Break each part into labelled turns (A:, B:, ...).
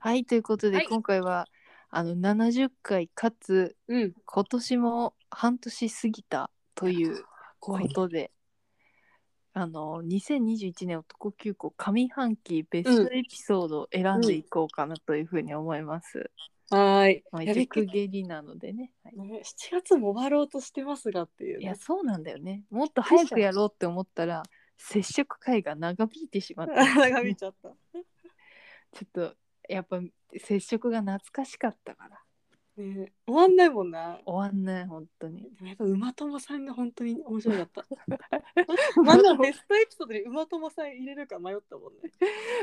A: はい、ということで、
B: はい
A: 今回はあの70回かつ
B: うん。
A: 今年も半年過ぎたというこ
B: 怖い。
A: とで、あの2021年男急行上半期ベストエピソードを選んでいこうかなというふうに思います。
B: はーい。
A: まあ、
B: やべ
A: 熟下痢なのでね、はい
B: ね7月も終わろうとしてますがっていう
A: い
B: ね、
A: やそうなんだよね。もっと早くやろうって思ったら接触会が長引いてしま った。
B: 眺めちゃった。
A: ちょっとやっぱ接触が懐かしかったから
B: ね、終わんないもんな。
A: 終わんない本当に。
B: でもやっぱ馬友さんが本当に面白 かった。まだベストエピソードに馬友さん入れるか迷ったもんね。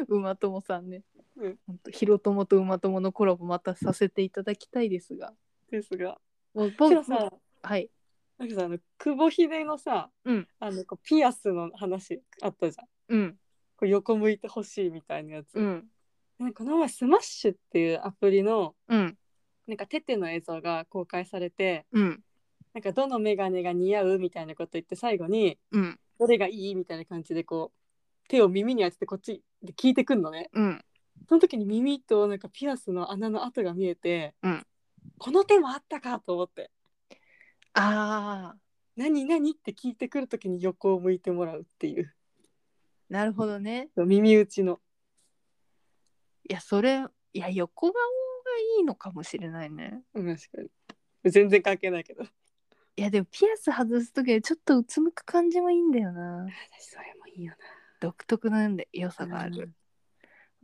A: 馬友さんね。
B: うん
A: 本当ひろともと馬友のコラボまたさせていただきたいですが。
B: ですが。
A: もう
B: け
A: 僕
B: どさ、
A: はい。
B: なんかさあの久保秀のさ、
A: うん
B: あのこうピアスの話あったじゃん。
A: うん
B: こう横向いてほしいみたいなやつ。
A: うん
B: なんかこの前スマッシュっていうアプリの
A: うん
B: なんかテテの映像が公開されて
A: うん
B: なんかどのメガネが似合うみたいなこと言って最後に
A: うん
B: どれがいいみたいな感じでこう手を耳に当ててこっちで聞いてくんのね
A: うん
B: その時に耳となんかピアスの穴の跡が見えて、
A: うん
B: この手もあったかと思って
A: ああ
B: 何何って聞いてくる時に横を向いてもらうっていう
A: なるほどね。
B: 耳打ちの
A: いやそれいや横顔がいいのかもしれないね。
B: うん確かに全然関係ないけど
A: いやでもピアス外す時はちょっとうつむく感じもいいんだよな。
B: 私それもいいよ
A: 独特なんで良さがあ
B: う
A: る。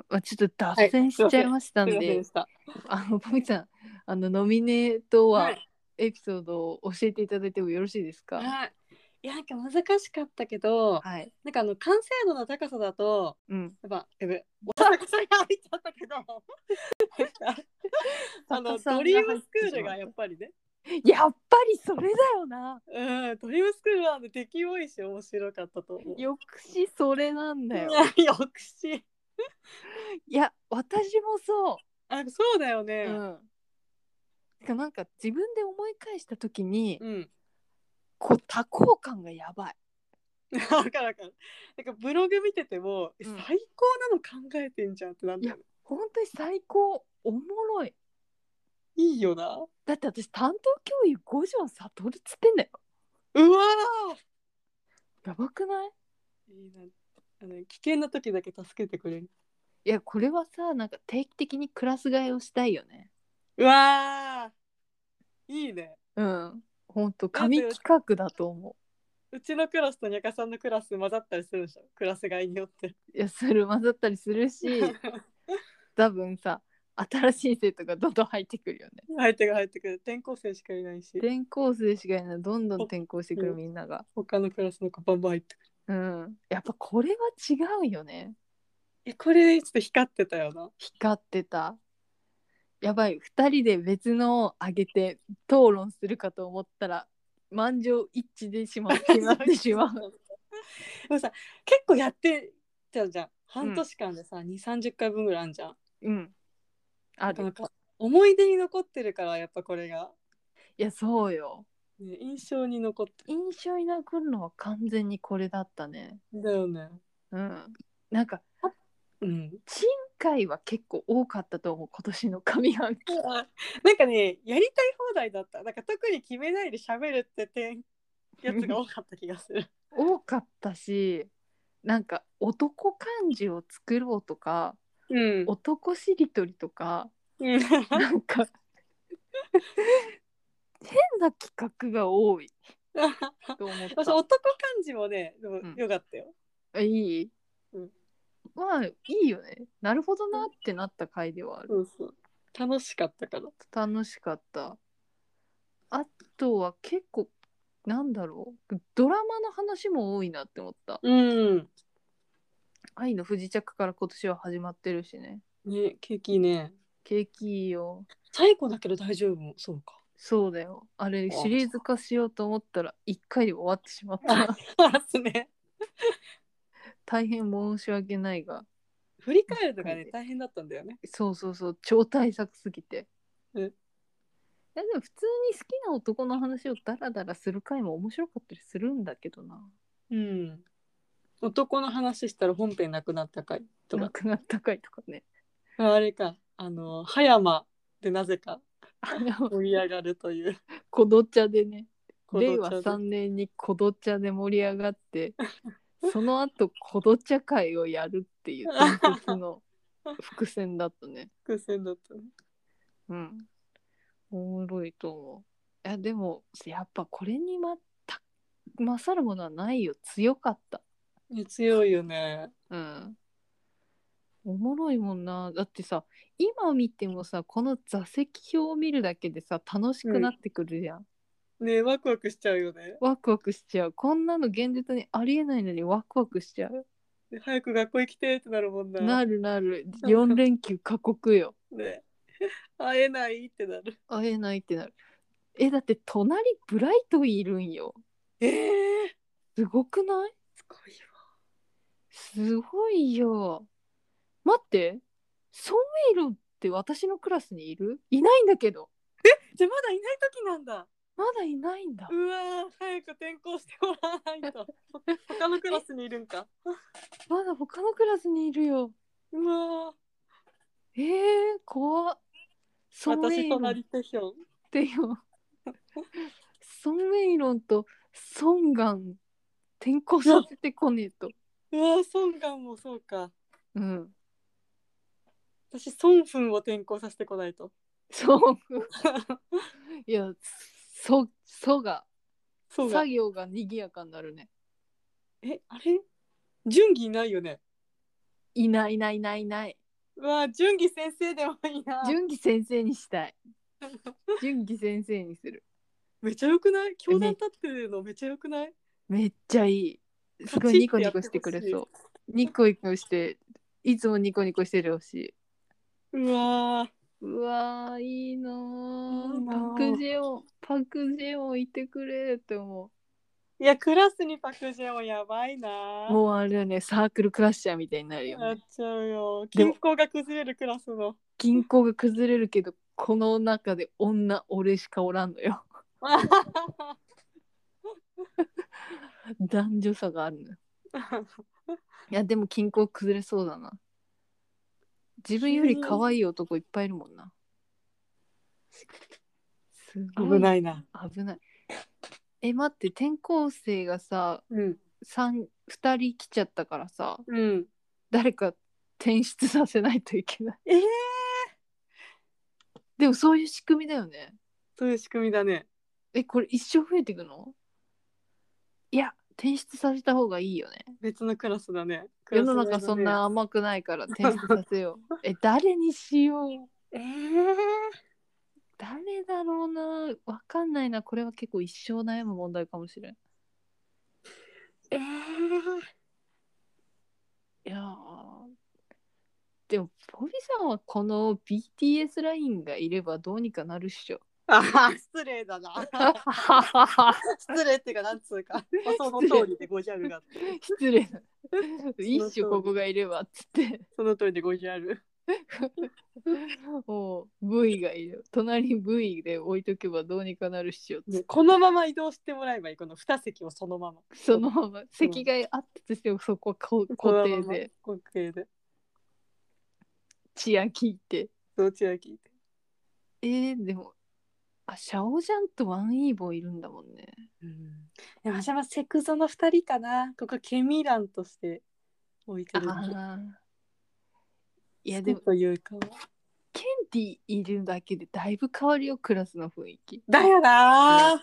A: まあ、ちょっと脱線しちゃいました
B: なん
A: で、
B: すいませんでした
A: あのパミさんあのノミネートは、
B: はい
A: エピソードを教えていただいてもよろしいですか
B: はいいやなんか難しかったけど
A: はい。
B: なんかあの完成度の高さだと
A: うん。
B: やっぱ、やべ、おさらさんが入っちゃったけど。あの、ドリームスクールがやっぱりね。
A: やっぱりそれだよな。
B: うん、ドリームスクールはあの敵多いし、面白かったと思う。
A: よくしそれなんだよ。
B: いやよくし。
A: いや、私もそ
B: あ、そうだよね
A: う。。うん。てかなんか自分で思い返した時に、
B: うん。
A: こう多幸感がやばい。
B: わかるわかる。なんかブログ見てても、え
A: うん
B: 最高なの考えてんじゃんってなんだよね。
A: 本当に最高。おもろい。
B: いいよな。
A: だって私担当教諭五条悟っつってんだよ。
B: うわ
A: やばくない
B: ーいいな。あの、危険な時だけ助けてくれる。
A: いや、これはさ、なんか定期的にクラス替えをしたいよね。
B: うわーいいね。
A: うん。本当神企画だと思う。
B: うちのクラスとにゃかさんのクラス混ざったりするでしょクラス替えによって。
A: いやそれ混ざったりするし 多分さ新しい生徒がどんどん入ってくるよね
B: 入ってくる入ってくる転校生しかいないし
A: 転校生しかいないどんどん転校してくるみんなが
B: 他のクラスの子バンバン入ってくる
A: うんやっぱこれは違うよね
B: えこれちょっと光ってたよ な
A: 光ってたやばい2人で別のをあげて討論するかと思ったら満場一致でしまう決まってし まう
B: でもさ結構やってたじゃん半年間でさ、2三3 0回分ぐらいあんじゃん
A: うんあ
B: なかな
A: る
B: か思い出に残ってるからやっぱこれが、
A: いやそうよ
B: ね、印象に残って
A: 印象に残るのは完全にこれだったね
B: るんだよね
A: うんなんか
B: うん
A: 賃貸は結構多かったと思う今年の上半期
B: なんかねやりたい放題だったなんか特に決めないで喋るって点やつが多かった気がする
A: 多かったしなんか男漢字を作ろうとか
B: うん
A: 男しりとりとか
B: うん
A: なんか変な企画が多いと思っ
B: 私男
A: た
B: 漢字もねでも
A: うん
B: よかったよ、
A: あいい、
B: うん
A: まあいいよねなるほどなってなった回ではある
B: そうそう楽しかったから
A: 楽しかったあとは結構なんだろうドラマの話も多いなって思った
B: うん
A: 愛の不時着から今年は始まってるしね
B: ねケーキね
A: 景気いいよ
B: 最後だけど大丈夫そうか
A: そうだよあれシリーズ化しようと思ったら1回で終わってしまった
B: そうね
A: 大変申し訳ないが
B: 振り返るのが
A: そう
B: ね
A: ね
B: 大変だったんだよね
A: そうそうそう超大作すぎてい
B: うん
A: やでも普通に好きな男の話をダラダラする回も面白かったりするんだけどな
B: うん男の話したら本編なくなったかいと
A: な
B: か
A: くなった回とかね
B: ああれかあの葉山でなぜか盛り上がるという
A: こどちゃでね令和
B: この
A: 3年にこどちゃで盛り上がって その後こどちゃ会をやるっていう伝説の伏線だったね。
B: 伏線だったね
A: うん。おもろいと思う。いやでもやっぱこれにまた勝るものはないよ強かった。
B: いや強いよね
A: うん。おもろいもんなだってさ今見てもさこの座席表を見るだけでさ楽しくなってくるじゃん、
B: ねワクワクしちゃうよね
A: ワクワクしちゃうこんなの現実にありえないのにワクワクしちゃう
B: で早く学校行きてってなるもんな
A: なるなる4連休過酷よ
B: ね会えないってなる
A: 会えないってなるえだって隣ブライトンいるんよ
B: ええ
A: すごくない
B: すごいわ
A: すごいよ待ってソンウェイロンって私のクラスにいるいないんだけど
B: じゃあまだいない時なんだ
A: まだいないんだ
B: うわー早く転校してもらわない と他のクラスにいるんか
A: まだ他のクラスにいるよ
B: うわー
A: えー、怖っソンウェ
B: 私
A: イロンっ
B: 隣手ひょん
A: てよソンウェイロンとソンガン転校させてこねえと
B: うわーソンガンもそうか
A: うん
B: 私ソンフンを転校させてこないと
A: そう。いや、そ、そが、
B: そうだ
A: 作業が賑やかになるね。
B: えあれ純義いないよね
A: いないいないいないいない。
B: うわー純義先生でもいいな
A: 純喜先生にしたい。 純喜先生にする。
B: めちゃよくない教団立ってるのめちゃよくない
A: めっちゃいい。すごいニコニコしてくれそう。ニコニコして、いつもニコニコしてるほしい。
B: うわー
A: うわー、いいない
B: いな
A: ー
B: ー
A: パクジェオン、パクジェオンいてくれって思
B: いやクラスにパクジェオンやばいなー
A: う。もうあれはね、サークルクラッシャーみたいになるよね
B: やっ。ちゃうよ
A: でも
B: 均衡が崩れるクラス の
A: 銀行が崩れるけどこの中で女俺しかおらんのよ男女差があるのよいやでも銀行崩れそうだな自分より可愛い男いっぱいいるもんなすごい
B: 危ないな
A: 危ないえ待って転校生がさ
B: うん
A: 32人来ちゃったからさ
B: うん
A: 誰か転出させないといけない
B: えー
A: でもそういう仕組みだよね
B: そういう仕組みだね
A: えこれ一生増えていくのいや転出させた方がいいよね
B: 別のクラスだね
A: 世の中そんな甘くないから転出させようえ誰にしよう
B: ええ
A: 誰だろうなわかんないなこれは結構一生悩む問題かもしれん
B: ええ
A: いやーでもポビさんはこの BTS ラインがいればどうにかなるっしょ
B: あー失礼だな失礼っていうかなんつうか、まあ、その通りでごじゃるが
A: 失礼な一生ここがいればっつって
B: その通りでごじゃる
A: もう V がいる隣に V で置いとけばどうにかなるっしょ
B: もうこのまま移動してもらえばいいこの二席をそのまま
A: そのまま席替えあったとしてもそこはこ
B: こ
A: 固
B: のま
A: 定
B: ま
A: で
B: 固定で
A: チア聞いて
B: どちら聞いて
A: えー、でもあシャオジャンとワンイーボーいるんだもんね
B: うんでも私はセクゾの二人かなここケミランとして置いて
A: あ
B: る
A: あい
B: い
A: やでも
B: というか
A: ケンティいるだけでだいぶ変わるよクラスの雰囲 気
B: だよな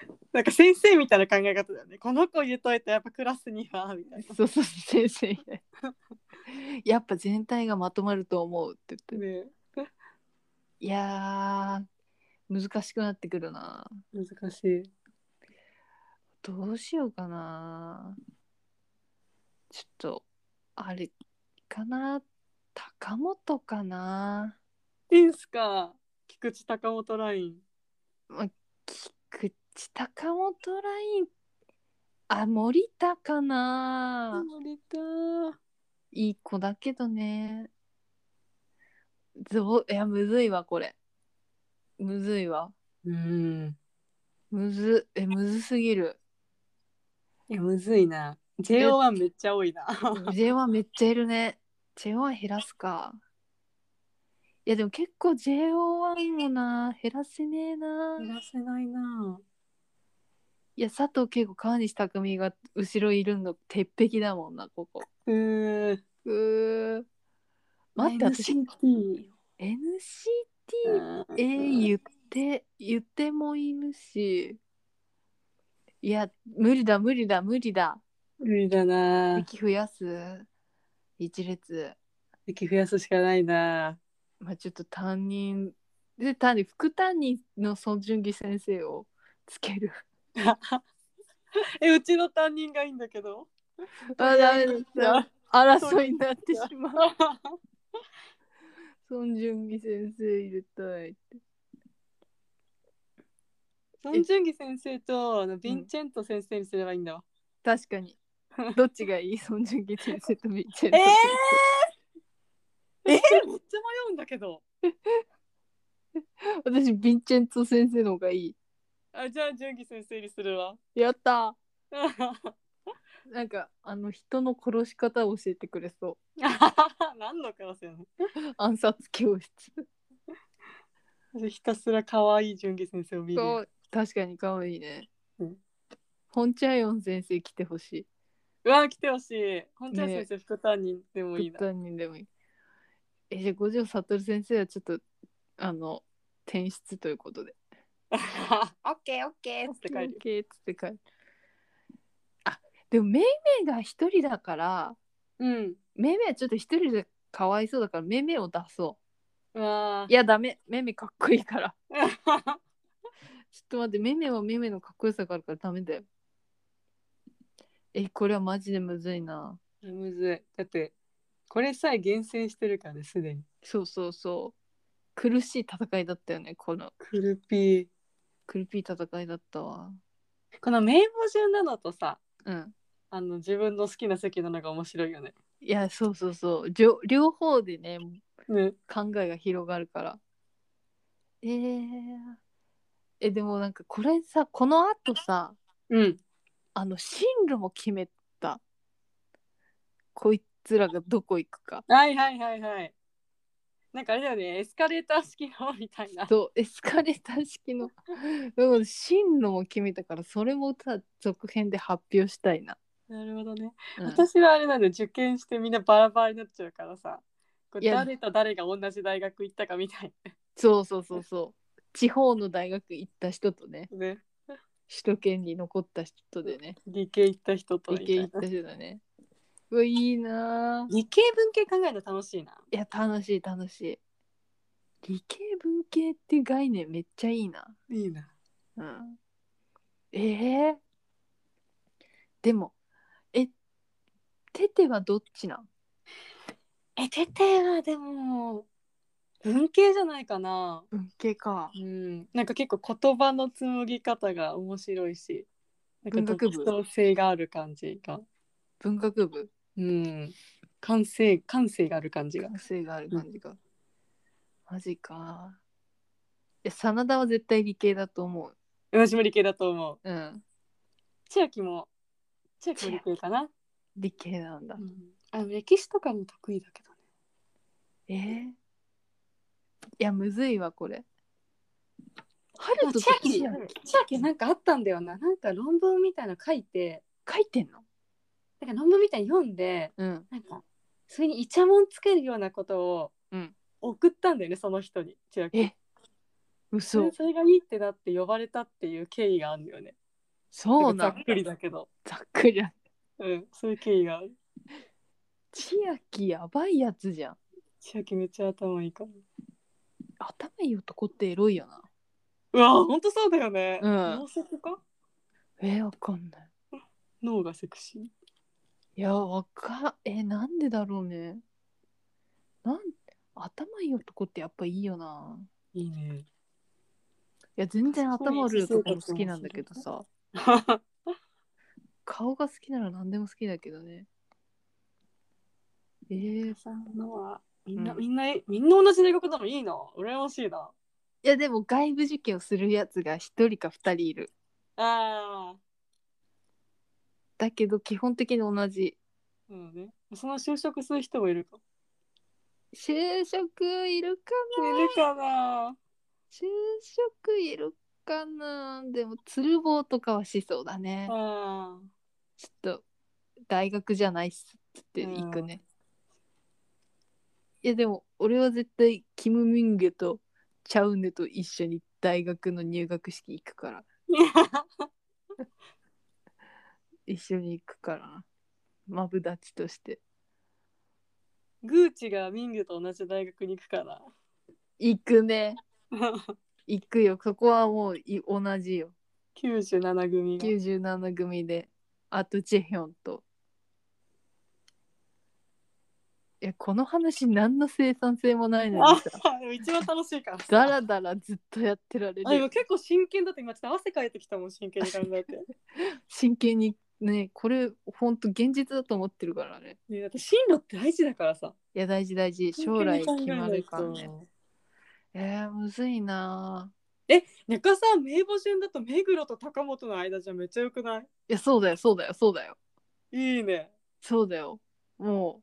B: ー、なんか先生みたいな考え方だよねこの子入れといてやっぱクラスにはみたいな
A: そうそう先生みたいなやっぱ全体がまとまると思うって言って
B: ね
A: いやー難しくなってくるな
B: 難しい
A: どうしようかなちょっとあれかな高本かない
B: いんすか菊池高本ライン
A: 菊池高本ラインあ森田かな
B: 森田ー
A: いい子だけどねどういやむずいわこれむずいわ
B: うん
A: むずえむずすぎる
B: いやむずいな JO1 めっちゃ多いな
A: J1 めっちゃいるね J1 減らすかいやでも結構 JO1 もな減らせねえな
B: 減らせないない
A: や佐藤恵子川西匠が後ろいるの鉄壁だもんなここ
B: ぁうー
A: うー待って私
B: NCT
A: NCT え
B: うん
A: 言って言ってもいるしいや無理だ無理だ無理だ
B: 無理だなぁ
A: 駅増やす一列
B: 駅増やすしかないな
A: まあちょっと担任で単に副担任の孫淳義先生をつける
B: ぁえうちの担任がいいんだけど
A: あダ メだ 争いになってしまう孫淳義先生入れたい
B: 孫淳義先生とあのヴィンチェント先生にすればいいんだわ、
A: 確か にどっちがいい孫淳義先生とみっちゃん
B: ええめっちゃ迷うんだけど
A: 私ヴィンチェンツォ先生の方がいい
B: あじゃあ純義先生にするわ
A: やったなんかあの人の殺し方を教えてくれそ
B: 何の顔せん
A: う暗殺教室
B: のひたすら可愛い純義先生を見る
A: そう確かに可愛いね、
B: うん
A: ホンチャイオン先生来てほしいう
B: わ来てほしい本当は先生副担任でもいいな、
A: 副担任でもいいえじゃあ五条悟先生はちょっとあの転出ということで
B: オッケーオッケーっつって帰るよ
A: オッケーっつって帰るあでもめいめいが一人だから
B: うん
A: めいめいはちょっと一人でかわいそうだからめいめいを出そう
B: わ
A: ういやダメめいめいかっこいいから
B: ー
A: ちょっと待って、メメはメメのかっこよさがあるからダメだよ。え、これはマジでむずいな。
B: むずいだってこれさえ厳選してるからねすでに
A: そうそうそう。苦しい戦いだったよね、この。
B: クルピー
A: 苦しい戦いだったわ。
B: この名簿順なのとさ
A: うん。
B: あの自分の好きな席なのが面白いよね
A: いや、そうそうそう。じょ両方でね、
B: ね
A: 考えが広がるから。えー、え、でもなんかこれさ、この後さ、
B: うん
A: あの、進路も決めた。こいつらがどこ行くか。
B: はいはいはいはいなんかあれだよねエスカレーター式のみた いな
A: とエスカレーター式のだから進路も決めたからそれもさ続編で発表したいな、
B: なるほどね
A: うん
B: 私はあれなんだよ受験してみんなバラバラになっちゃうからさこう
A: いや
B: 誰と誰が同じ大学行ったかみたい
A: そうそうそうそう地方の大学行った人とね
B: なね
A: 首都圏に残った人とでね
B: 理系行った人とみ
A: 理
B: た
A: 系
B: い
A: 行った人
B: な
A: だねうわいいなぁ
B: 理系文系考えるの楽しいない
A: や楽しい楽しい理系文系って概念めっちゃいいない
B: いな
A: うんええでもえテテはどっちなん
B: えててはでも文系じゃないかな
A: 文系か
B: うん、なんか結構言葉の紡ぎ方が面白いしなんか
A: 文学部
B: 独創性がある感じが、
A: 文学部
B: うん、感性感性がある感じが
A: 学生がある感じが、マジかいや真田は絶対理系だと思う
B: 私も理系だと思う
A: うん
B: 千秋も千秋も理系かな、
A: 理系なんだ、
B: うん、あの歴史とかも得意だけどね
A: えーいやむずいわこれ春
B: でも
A: と
B: 千秋
A: 千秋
B: 千秋なんかあったんだよななんか論文みたいなの書いて
A: 書いてんの
B: なんか論文みたいに読んで
A: うん
B: なんかそれにイチャモンつけるようなことを
A: うん
B: 送ったんだよね、その人に千秋
A: え嘘
B: それがいいってなって呼ばれたっていう経緯があるんだよね。
A: そうな
B: な
A: ん
B: んかざっくりだけど。
A: ざっくりだ
B: うん、そういう経緯がある。
A: 千秋やばいやつじゃん
B: 千秋めっちゃ頭いいから。
A: 頭いい男ってエロいよな
B: うわ、ほんとそうだよね。
A: うん
B: 脳作か
A: えー、わかんない
B: 脳がセクシー。
A: いやわかえーなんでだろうねなん頭いい男ってやっぱいいよない
B: いね。
A: いや全然頭悪い
B: そう
A: 男も好きなんだけど
B: そ
A: さ顔が好きなら何でも好きだけどねえー、い
B: さんのはみんな、
A: うん
B: みんなみんな同じ大学なのいいな。羨ましいな。
A: やでも外部受験をするやつが1人か2人いる
B: ああ。
A: だけど基本的に同じ
B: うんね。その就職する人もいるか。
A: 就職いるかな
B: 寝るかな
A: 就職いるかなでも鶴房とかはしそうだね
B: あー
A: ちょっと大学じゃないっすって言って行くね、いやでも俺は絶対キム・ミンゲとチャウネと一緒に大学の入学式行くから一緒に行くからなマブダチとして
B: グーチがミングと同じ大学に行くかな
A: 行くね行くよそこはもうい同じよ
B: 97組が
A: 97組であとチェヒョンといやこの話何の生産性もないのにさ
B: あ でも一番楽し いから
A: だらだらずっとやってられ
B: あで
A: る
B: も
A: よ
B: 結構真剣だって今ちょっと汗かいてきたもん真剣に考 えて
A: 真剣にねこれほんと現実だと思ってるからね
B: ねだって進路って大事だからさ
A: いや大事大事将来
B: 真
A: 決
B: 剣に考え
A: ま
B: ない
A: る
B: と
A: からねえー、むずいなぁ
B: え中さん名簿順だと目黒と高本の間じゃめっちゃよくない
A: いやそうだよそうだよそうだよ
B: いいね
A: そうだよもう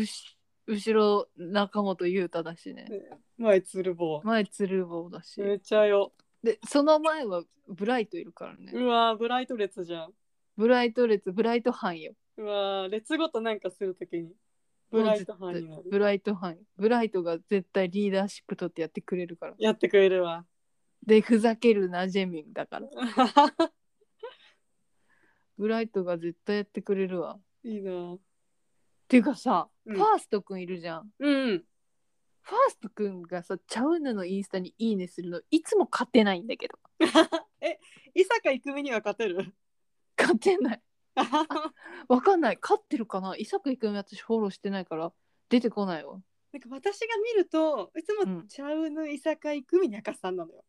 A: うし後ろ中本裕太だしね
B: 前鶴房
A: 前鶴房だし、
B: めっちゃよ
A: でその前はブライトいるからね、
B: うわーブライト列じゃん
A: ブライト列ブライト班よ
B: うわー列ごとなんかするときにブライト班になる
A: ブライト班ブライトが絶対リーダーシップ取ってやってくれるから
B: やってくれるわ
A: でふざけるなジェミンだからブライトが絶対やってくれるわっ
B: いいなー
A: ていうかさ、
B: うん
A: ファーストくんいるじゃん
B: うん
A: ファーストくんがさチャウヌのインスタにいいねするのいつも勝てないんだけど
B: え伊坂郁美には勝てる
A: 勝てない わかんない勝ってるかな伊坂郁美私フォローしてないから出てこないわ
B: なんか私が見るといつ
A: う
B: も
A: ん
B: ちゃうぬ伊坂郁美中さんなのよ。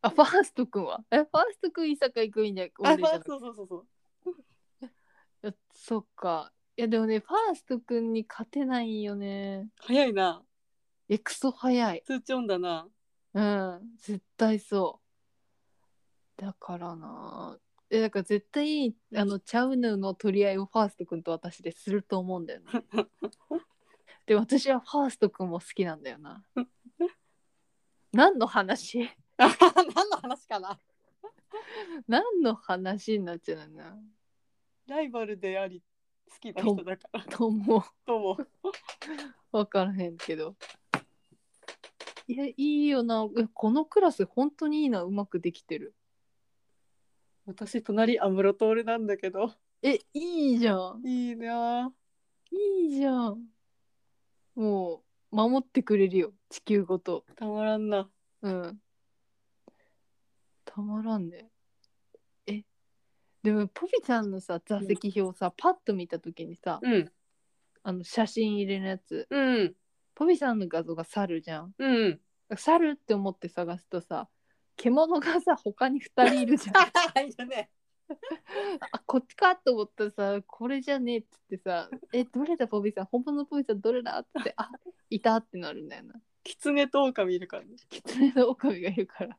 A: あファーストくんはえファーストくん伊坂郁美じゃ
B: あ
A: 俺じゃなくて
B: そうそうそうそう。
A: いやそっかいやでもねファーストくんに勝てないんよね
B: 早いな。
A: いやクソ早い
B: 通知音だな。
A: うん絶対そうだからなえだから絶対あのチャウヌの取り合いをファーストくんと私ですると思うんだよねで私はファーストくんも好きなんだよな何の話
B: あはは 何の話かな。
A: 何の話になっちゃうな
B: ライバルであり好きな人だ から。
A: とも
B: どうも。
A: 分からへんけどいやいいよなえこのクラス本当にいいなうまくできてる
B: 私隣安室透なんだけど。
A: えいいじゃん
B: いいな。
A: いいじゃんもう守ってくれるよ地球ごと
B: たまらんな。
A: うんたまらんねえでもポピちゃんのさ座席表さ、パッと見た時にさ
B: うん
A: あの写真入れのやつ
B: うん
A: ポピさんの画像が猿じゃん
B: うん。
A: 猿って思って探すとさ獣がさ他に2人いるじ ゃん
B: いいよね。
A: あこっちかと思ったらさこれじゃねえっつってさ「えどれだポビーさん本物のポビーさんどれだ?」って「あいた」ってなるんだよな
B: 狐と狼いるからね。
A: キツネのオカミがいるから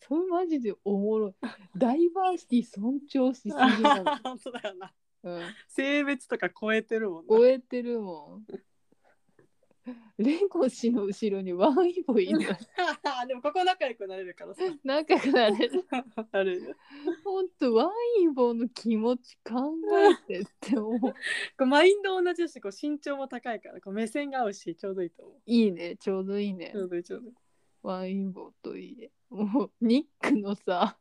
A: それマジでおもろいダイバーシティ尊重しすぎなの、
B: 本当だよな。
A: うん、
B: 性別とか超えてるもんな。
A: 超えてるもんレゴ氏の後ろにワンイボいるの
B: でもここ仲良くなれるからさ。
A: 仲良くなれる
B: ある。
A: ほんとワイン棒の気持ち考えてって思う
B: こうマインド同じだし、こう身長も高いから、こう目線が合うし、ちょうどいいと思う。
A: いいねちょうどいいね、
B: ちょうどいい、ちょうどいい。
A: ワイン棒といいねもうニックのさ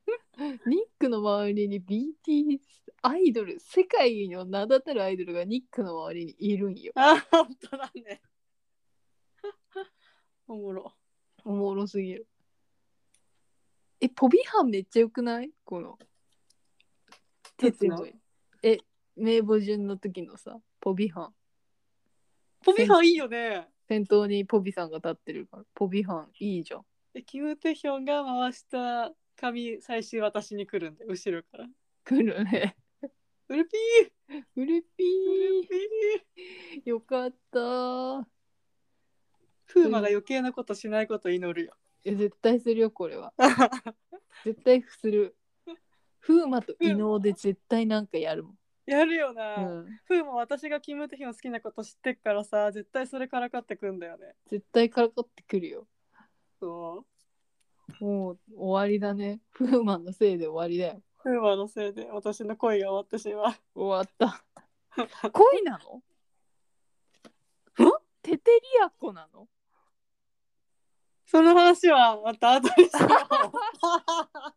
A: ニックの周りに BTS アイドル世界の名だたるアイドルがニックの周りにいるんよ
B: あ、本当だね。 おもろ。
A: おもろすぎるえポビハンめっちゃよくないこの
B: どっ
A: 鉄
B: ちの
A: のえ名簿順の時のさポビハン
B: ポビハンいいよね。
A: 先頭にポビさんが立ってるからポビハンいいじゃん
B: え、キムテヒョンが回した髪、最終私に来るんで、後ろから。
A: 来るね
B: ウルピ
A: うるぴ
B: ー、ウルピー。
A: ーよかったー
B: プーマが余計なことしないことを祈るよ。
A: いや絶対するよこれは絶対する風磨と伊能で絶対なんかやるもん
B: やるよな、
A: うん、
B: ふうも私がキム・テヒョン好きなこと知ってっからさ絶対それからかってくんだよね
A: 絶対からかってくるよ
B: そう
A: もう終わりだねフーマンのせいで終わりだよ
B: フーマのせいで私の恋が終わってしまう
A: 終わ った恋なのテテリアコなの
B: その話はまた後にし よう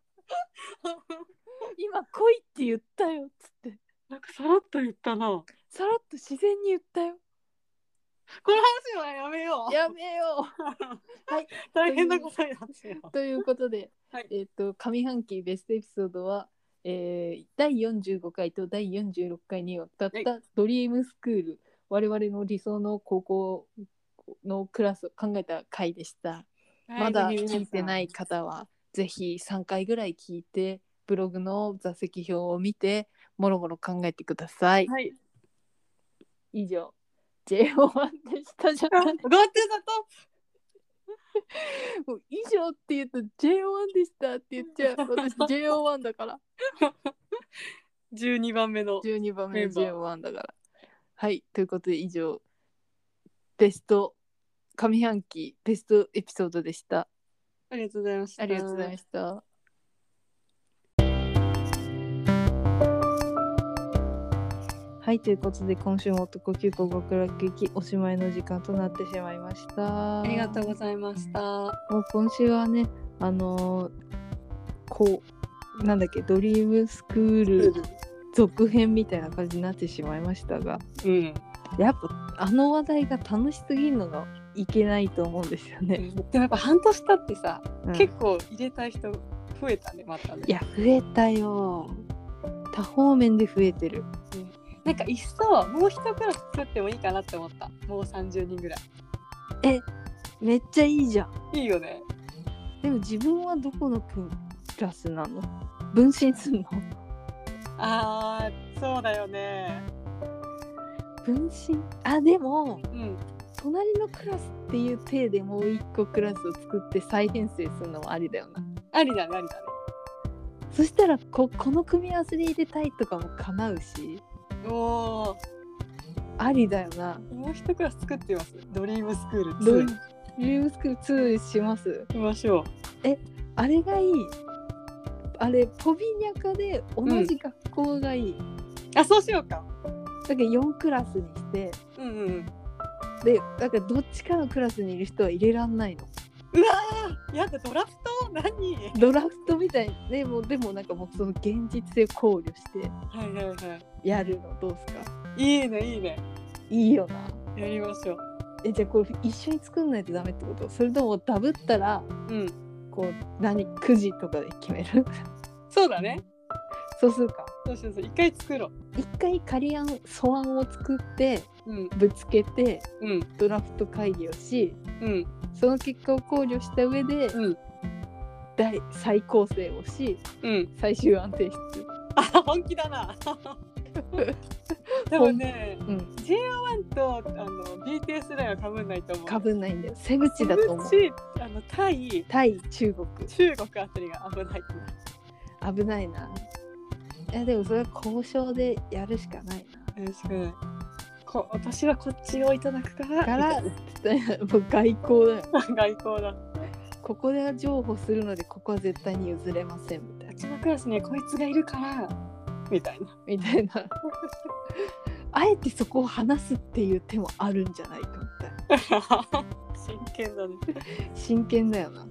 A: 今恋って言ったよっつって
B: なんかさらっと言ったなこ
A: さらっと自然に言った よ
B: の話はやめよう
A: やめよ
B: 大変なことになってよ
A: うということで、
B: はい
A: えっ、と上半期ベストエピソードは、えー第45回と第46回にわたっ
B: は
A: た「ドリームスクール」我々の理想の高校のクラスを考えた回でした。まだ聞いてないい方は、ぜひ3回ぐらい聞いて、ブログの座席表を見て、もろもろ考えてください。
B: はい
A: 以上、JO1 でしたじゃ
B: あ
A: ない
B: GoTo だと
A: もう以上って言うと JO1 でしたって言っちゃう。 私 JO1 だから。
B: 12番目の
A: 12番目の
B: メン
A: JO1 だから。はい、ということで以上、ベスト、上半期ベストエピソードでした。
B: ありがとうございました
A: ありがとうございました。はい、ということで今週も男急行極楽劇おしまいの時間となってしまいました。
B: ありがとうございました
A: もう今週はね、あのーこう、なんだっけ、ドリームスクール続編みたいな感じになってしまいましたが、
B: うん
A: やっぱあの話題が楽しすぎるのがいけないと思うんですよね。
B: でもやっぱ半年経ってさ、
A: うん
B: 結構入れたい人増えたねまたね
A: いや、増えたよ。多方面で増えてる。
B: なんかいっそもう一クラス作ってもいいかなって思ったもう30人ぐらい
A: めっちゃいいじゃん。
B: いいよね
A: でも自分はどこのクラスなの分身すんの
B: あーそうだよね
A: 分身あでも
B: うん
A: 隣のクラスっていう体でもう一個クラスを作って再編成するのもありだよな
B: ありだねありだね
A: そしたらここの組み合わせで入れたいとかも叶うし
B: お
A: ありだよな
B: ーもう一クラス作ってみますドリームスクール
A: ドリ
B: 2
A: ドリームスクール2します
B: 行きましょう
A: あれがいいあれポビニャカで同じ学校がいい、だ
B: あそうしよう
A: か
B: か
A: ら4クラスにして
B: うんうんうん
A: でだからどっちかのクラスにいる人は入れらんないの
B: うわーやだドラフト何は
A: ドラフトみたいにでもでもなんかもうその現実性を考慮して
B: いはいは
A: やるのどうすか
B: いいいねいいね
A: いいよな
B: やりましょう
A: えじゃあこれ一緒に作んないとダメってことそれともダブったら
B: うん
A: こう何9時とかで決める
B: そうだね
A: そうするか
B: そうしようそう一回作ろ
A: 一回仮案素案を作って
B: ううん
A: ぶつけて
B: うん
A: ドラフト会議をし
B: うん
A: その結果を考慮した上で、
B: うん
A: 第再構成をし
B: うん
A: 最終案提出
B: あ本気だ なでもね
A: うん
B: 1とあの BTS ラインはかぶんないと思う
A: かぶんないんだよ瀬口だと思う
B: そのうちあのタイ
A: 対中国
B: 中国あたりが危ないと思う
A: 危ないな。いやでもそれは交渉でやるしかない
B: よろしくないこ私はこっちをいただくから
A: な。から、
B: み
A: もう外交だよ。
B: たいな外交だ
A: ここでは譲歩するので、ここは絶対に譲れませんみた
B: う
A: いな。
B: ちのクラスにはこいつがいるからみたいな
A: みたいな。あえてそこを話すっていう手もあるんじゃないかみたいな。
B: 真剣だね
A: 真剣だよな。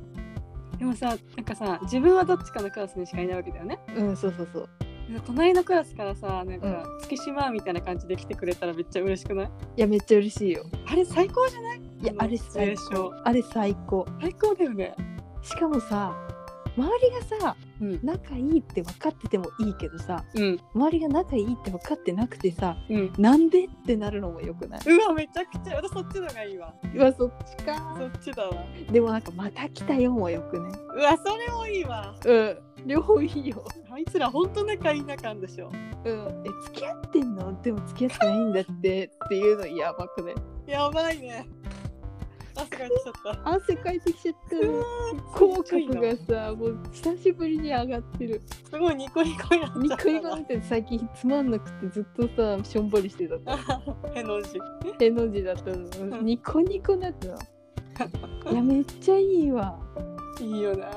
B: でもさなんかさ自分はどっちかのクラスにしかいないわけだよね
A: うん、そうそうそう。
B: 隣のクラスからさなん
A: う
B: か月島みたいな感じで来てくれたらめっちゃ嬉しくない
A: いや、めっちゃ嬉しいよ。
B: あれ最高じゃない
A: いや、
B: うん
A: あれ最
B: シチュエーシ
A: 高
B: ョ。
A: あれ最高。
B: 最高だよね
A: しかもさ、周りがさ、
B: うん
A: 仲いいって分かっててもいいけどさ、
B: うん
A: 周りが仲いいって分かってなくてさ、
B: うん
A: なんでってなるのもよくないう
B: わめちゃくちゃ私そっちのがいいわ
A: うわそっちか
B: そっちだわ
A: でもなんか「また来たよ」もよくね
B: うわそれもいいわ
A: うん両方いいよ、
B: あいつらほんと仲いいな感でしょ
A: うん、え付き合ってんのでも付き合ってないんだってっていうのやばくね
B: やばいね汗かいてきちゃった。
A: 汗かいてきちゃったね
B: 口
A: 口
B: 角
A: 角
B: が
A: がさもう久しぶりに上がってる
B: すごいニコニコになっちゃった。
A: ニコニコ見てて最近つまんなくてずっとさしょんぼりしてたから
B: への字。
A: への字だったのニコニコだったのいやめっちゃいいわ
B: いいよな。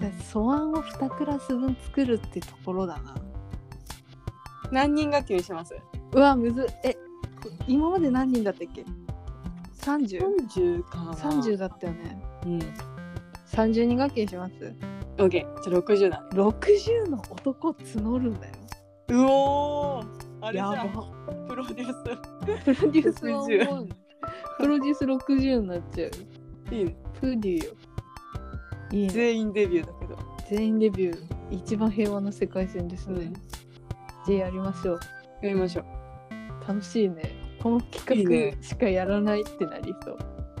A: だから素案を2クラス分作るってところだな
B: 何人学級にします
A: うわむずっえ今まで何人だったっけ 30?30
B: ?30 か。
A: だったよね
B: うん。
A: 30人学級にします
B: オッケー。じゃあ60だ。
A: 60の男募るんだよ
B: うおーあれじ
A: や
B: ゃん。
A: ば
B: プロデュー
A: プロデュースは思うプロデュース60になっちゃう
B: ス。いいね。
A: プデューよいいね
B: 全員デビューだけど。
A: 全員デビュー一番平和な世界線ですね、
B: うん
A: じゃあやりましょう
B: やりましょう。
A: 楽しいねこの
B: いい
A: 企
B: ね
A: 画しかやらないってなりそう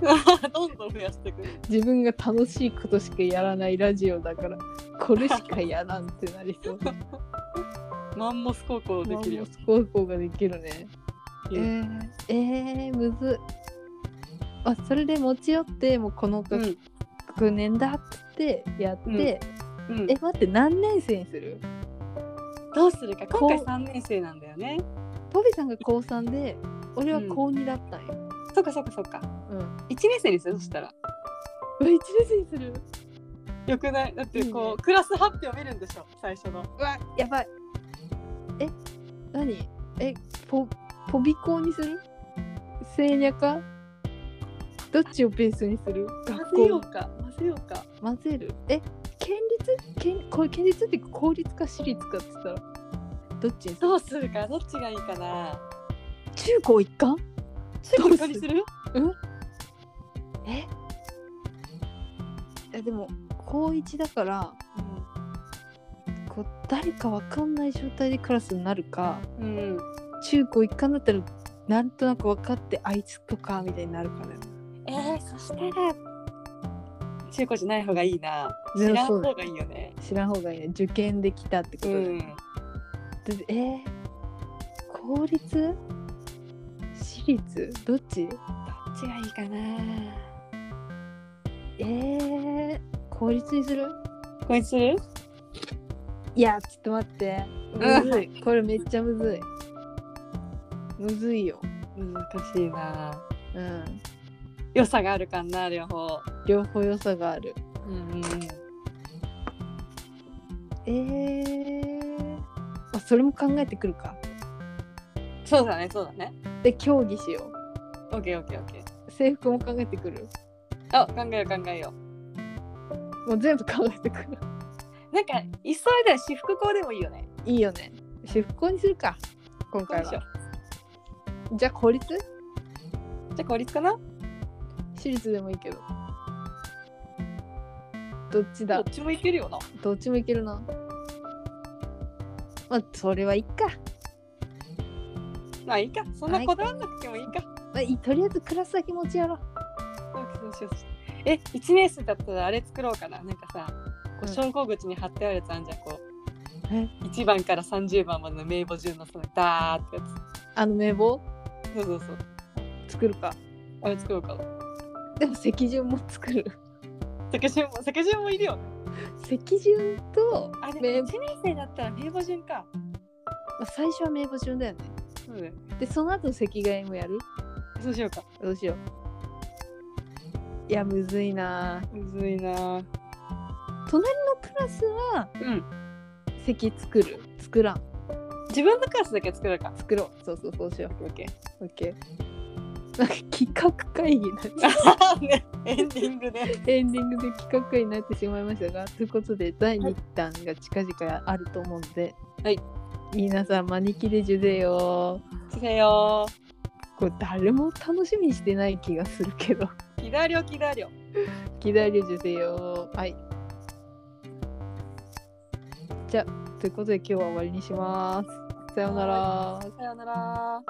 B: どんどん増やしていく。
A: 自分が楽しいことしかやらないラジオだからこれしかやらんってなり そう
B: マンモス高校できるよ。
A: ス高校ができるねえ
B: いい
A: ー、えー、むずっあそれで持ち寄ってもうこの
B: うん。
A: 学年だっつってやって、
B: うんうん
A: え、待って何年生にする
B: どうするか今回
A: こう
B: 3年生なんだよね
A: トビさんが高3で俺は高2だったんよ、
B: そっかそっかそっか
A: うんうわ
B: 1年生にするそしたら
A: 1年生にする
B: よくないだってこう
A: いいね
B: クラス発表見るんでしょ最初の
A: うわやばいえ何えポポビコにする生ニャかどっちをベースにする学校
B: か混ぜようか
A: 混ぜるえ県立県これ県立って公立か私立かって言ったらどっちにする
B: どうするかどっちがいいかな
A: 中高一貫
B: 中国にする
A: ええでも高一だからこう誰かわかんない状態でクラスになるか
B: うん、うん、
A: 中高一貫だったらなんとなく分かってあいつとかみたいになるから
B: えー、そしたら中高じゃない方がいいな
A: ね
B: 知らん
A: そ
B: 方
A: うだ
B: がいいよね
A: 知らん方がいいね受験できたってこ
B: う
A: とで、
B: ん
A: でえー、公立私立どっち
B: どっちがいいかな
A: えー、公立にする
B: こいつする
A: いやちょっと待ってむずいこれめっちゃむずいむずいよ
B: 難しいな
A: うん
B: 良さがあるかな両方
A: 両方良さがある
B: うんうん
A: えー、あそれも考えてくるか
B: そうだねそうだね
A: で競技しよう
B: オッケーオッケーオッケー
A: 制服も考えてくる
B: あ考えよう考えよ
A: もう全部考えてくる
B: うなんかいっそれでは私服校でもいいよね
A: いいよね私服校にするか今
B: どう
A: 回
B: でしょう
A: はじゃあ公立
B: じゃあ効率かな
A: 私立でもいいけどどっち
B: ど
A: だ
B: っちもいけるよな
A: どっちもいけるなまあそれはいいか、
B: まあいいかそんなこだわんなくてもいいか
A: まあ、いいとりあえずクラスだけ持ちやろう
B: そうしようそうしようえ1年生だったらあれ作ろうかななんかさこう
A: うん
B: 昇降口に貼ってあるやつあんじゃんこ
A: え
B: う1番から30番までの名簿順のそのダーってや
A: あの名簿
B: つそうそうそう
A: 作るか
B: あれ作ろうかな
A: でも席順も作る
B: 席順も席順もいるよね
A: 席順と、
B: あれ
A: 名
B: 1
A: 簿
B: 年生だったら名簿順か
A: まあ、最初は名簿順だよね
B: そうだよね
A: でその後の席替えもやる
B: そうしようか
A: どうしよういやむずいな
B: むずいな
A: 隣のクラスは
B: うん
A: 席作る作らん
B: 自分のクラスだけ作ろうか
A: 作ろうそうそうそうしよ
B: オッケー
A: う OK なんか企画会議になっちゃう
B: ね エンディングで
A: エンディングで企画会になってしまいましたがということで第2弾が近々あると思うので、
B: はい、
A: 皆さん招きでジュゼよ
B: せよ
A: これ誰も楽しみにしてない気がするけど
B: ーキダリョキダリョ
A: 期待でジュゼよはいじゃあということで今日は終わりにしますさようなら、
B: さよなら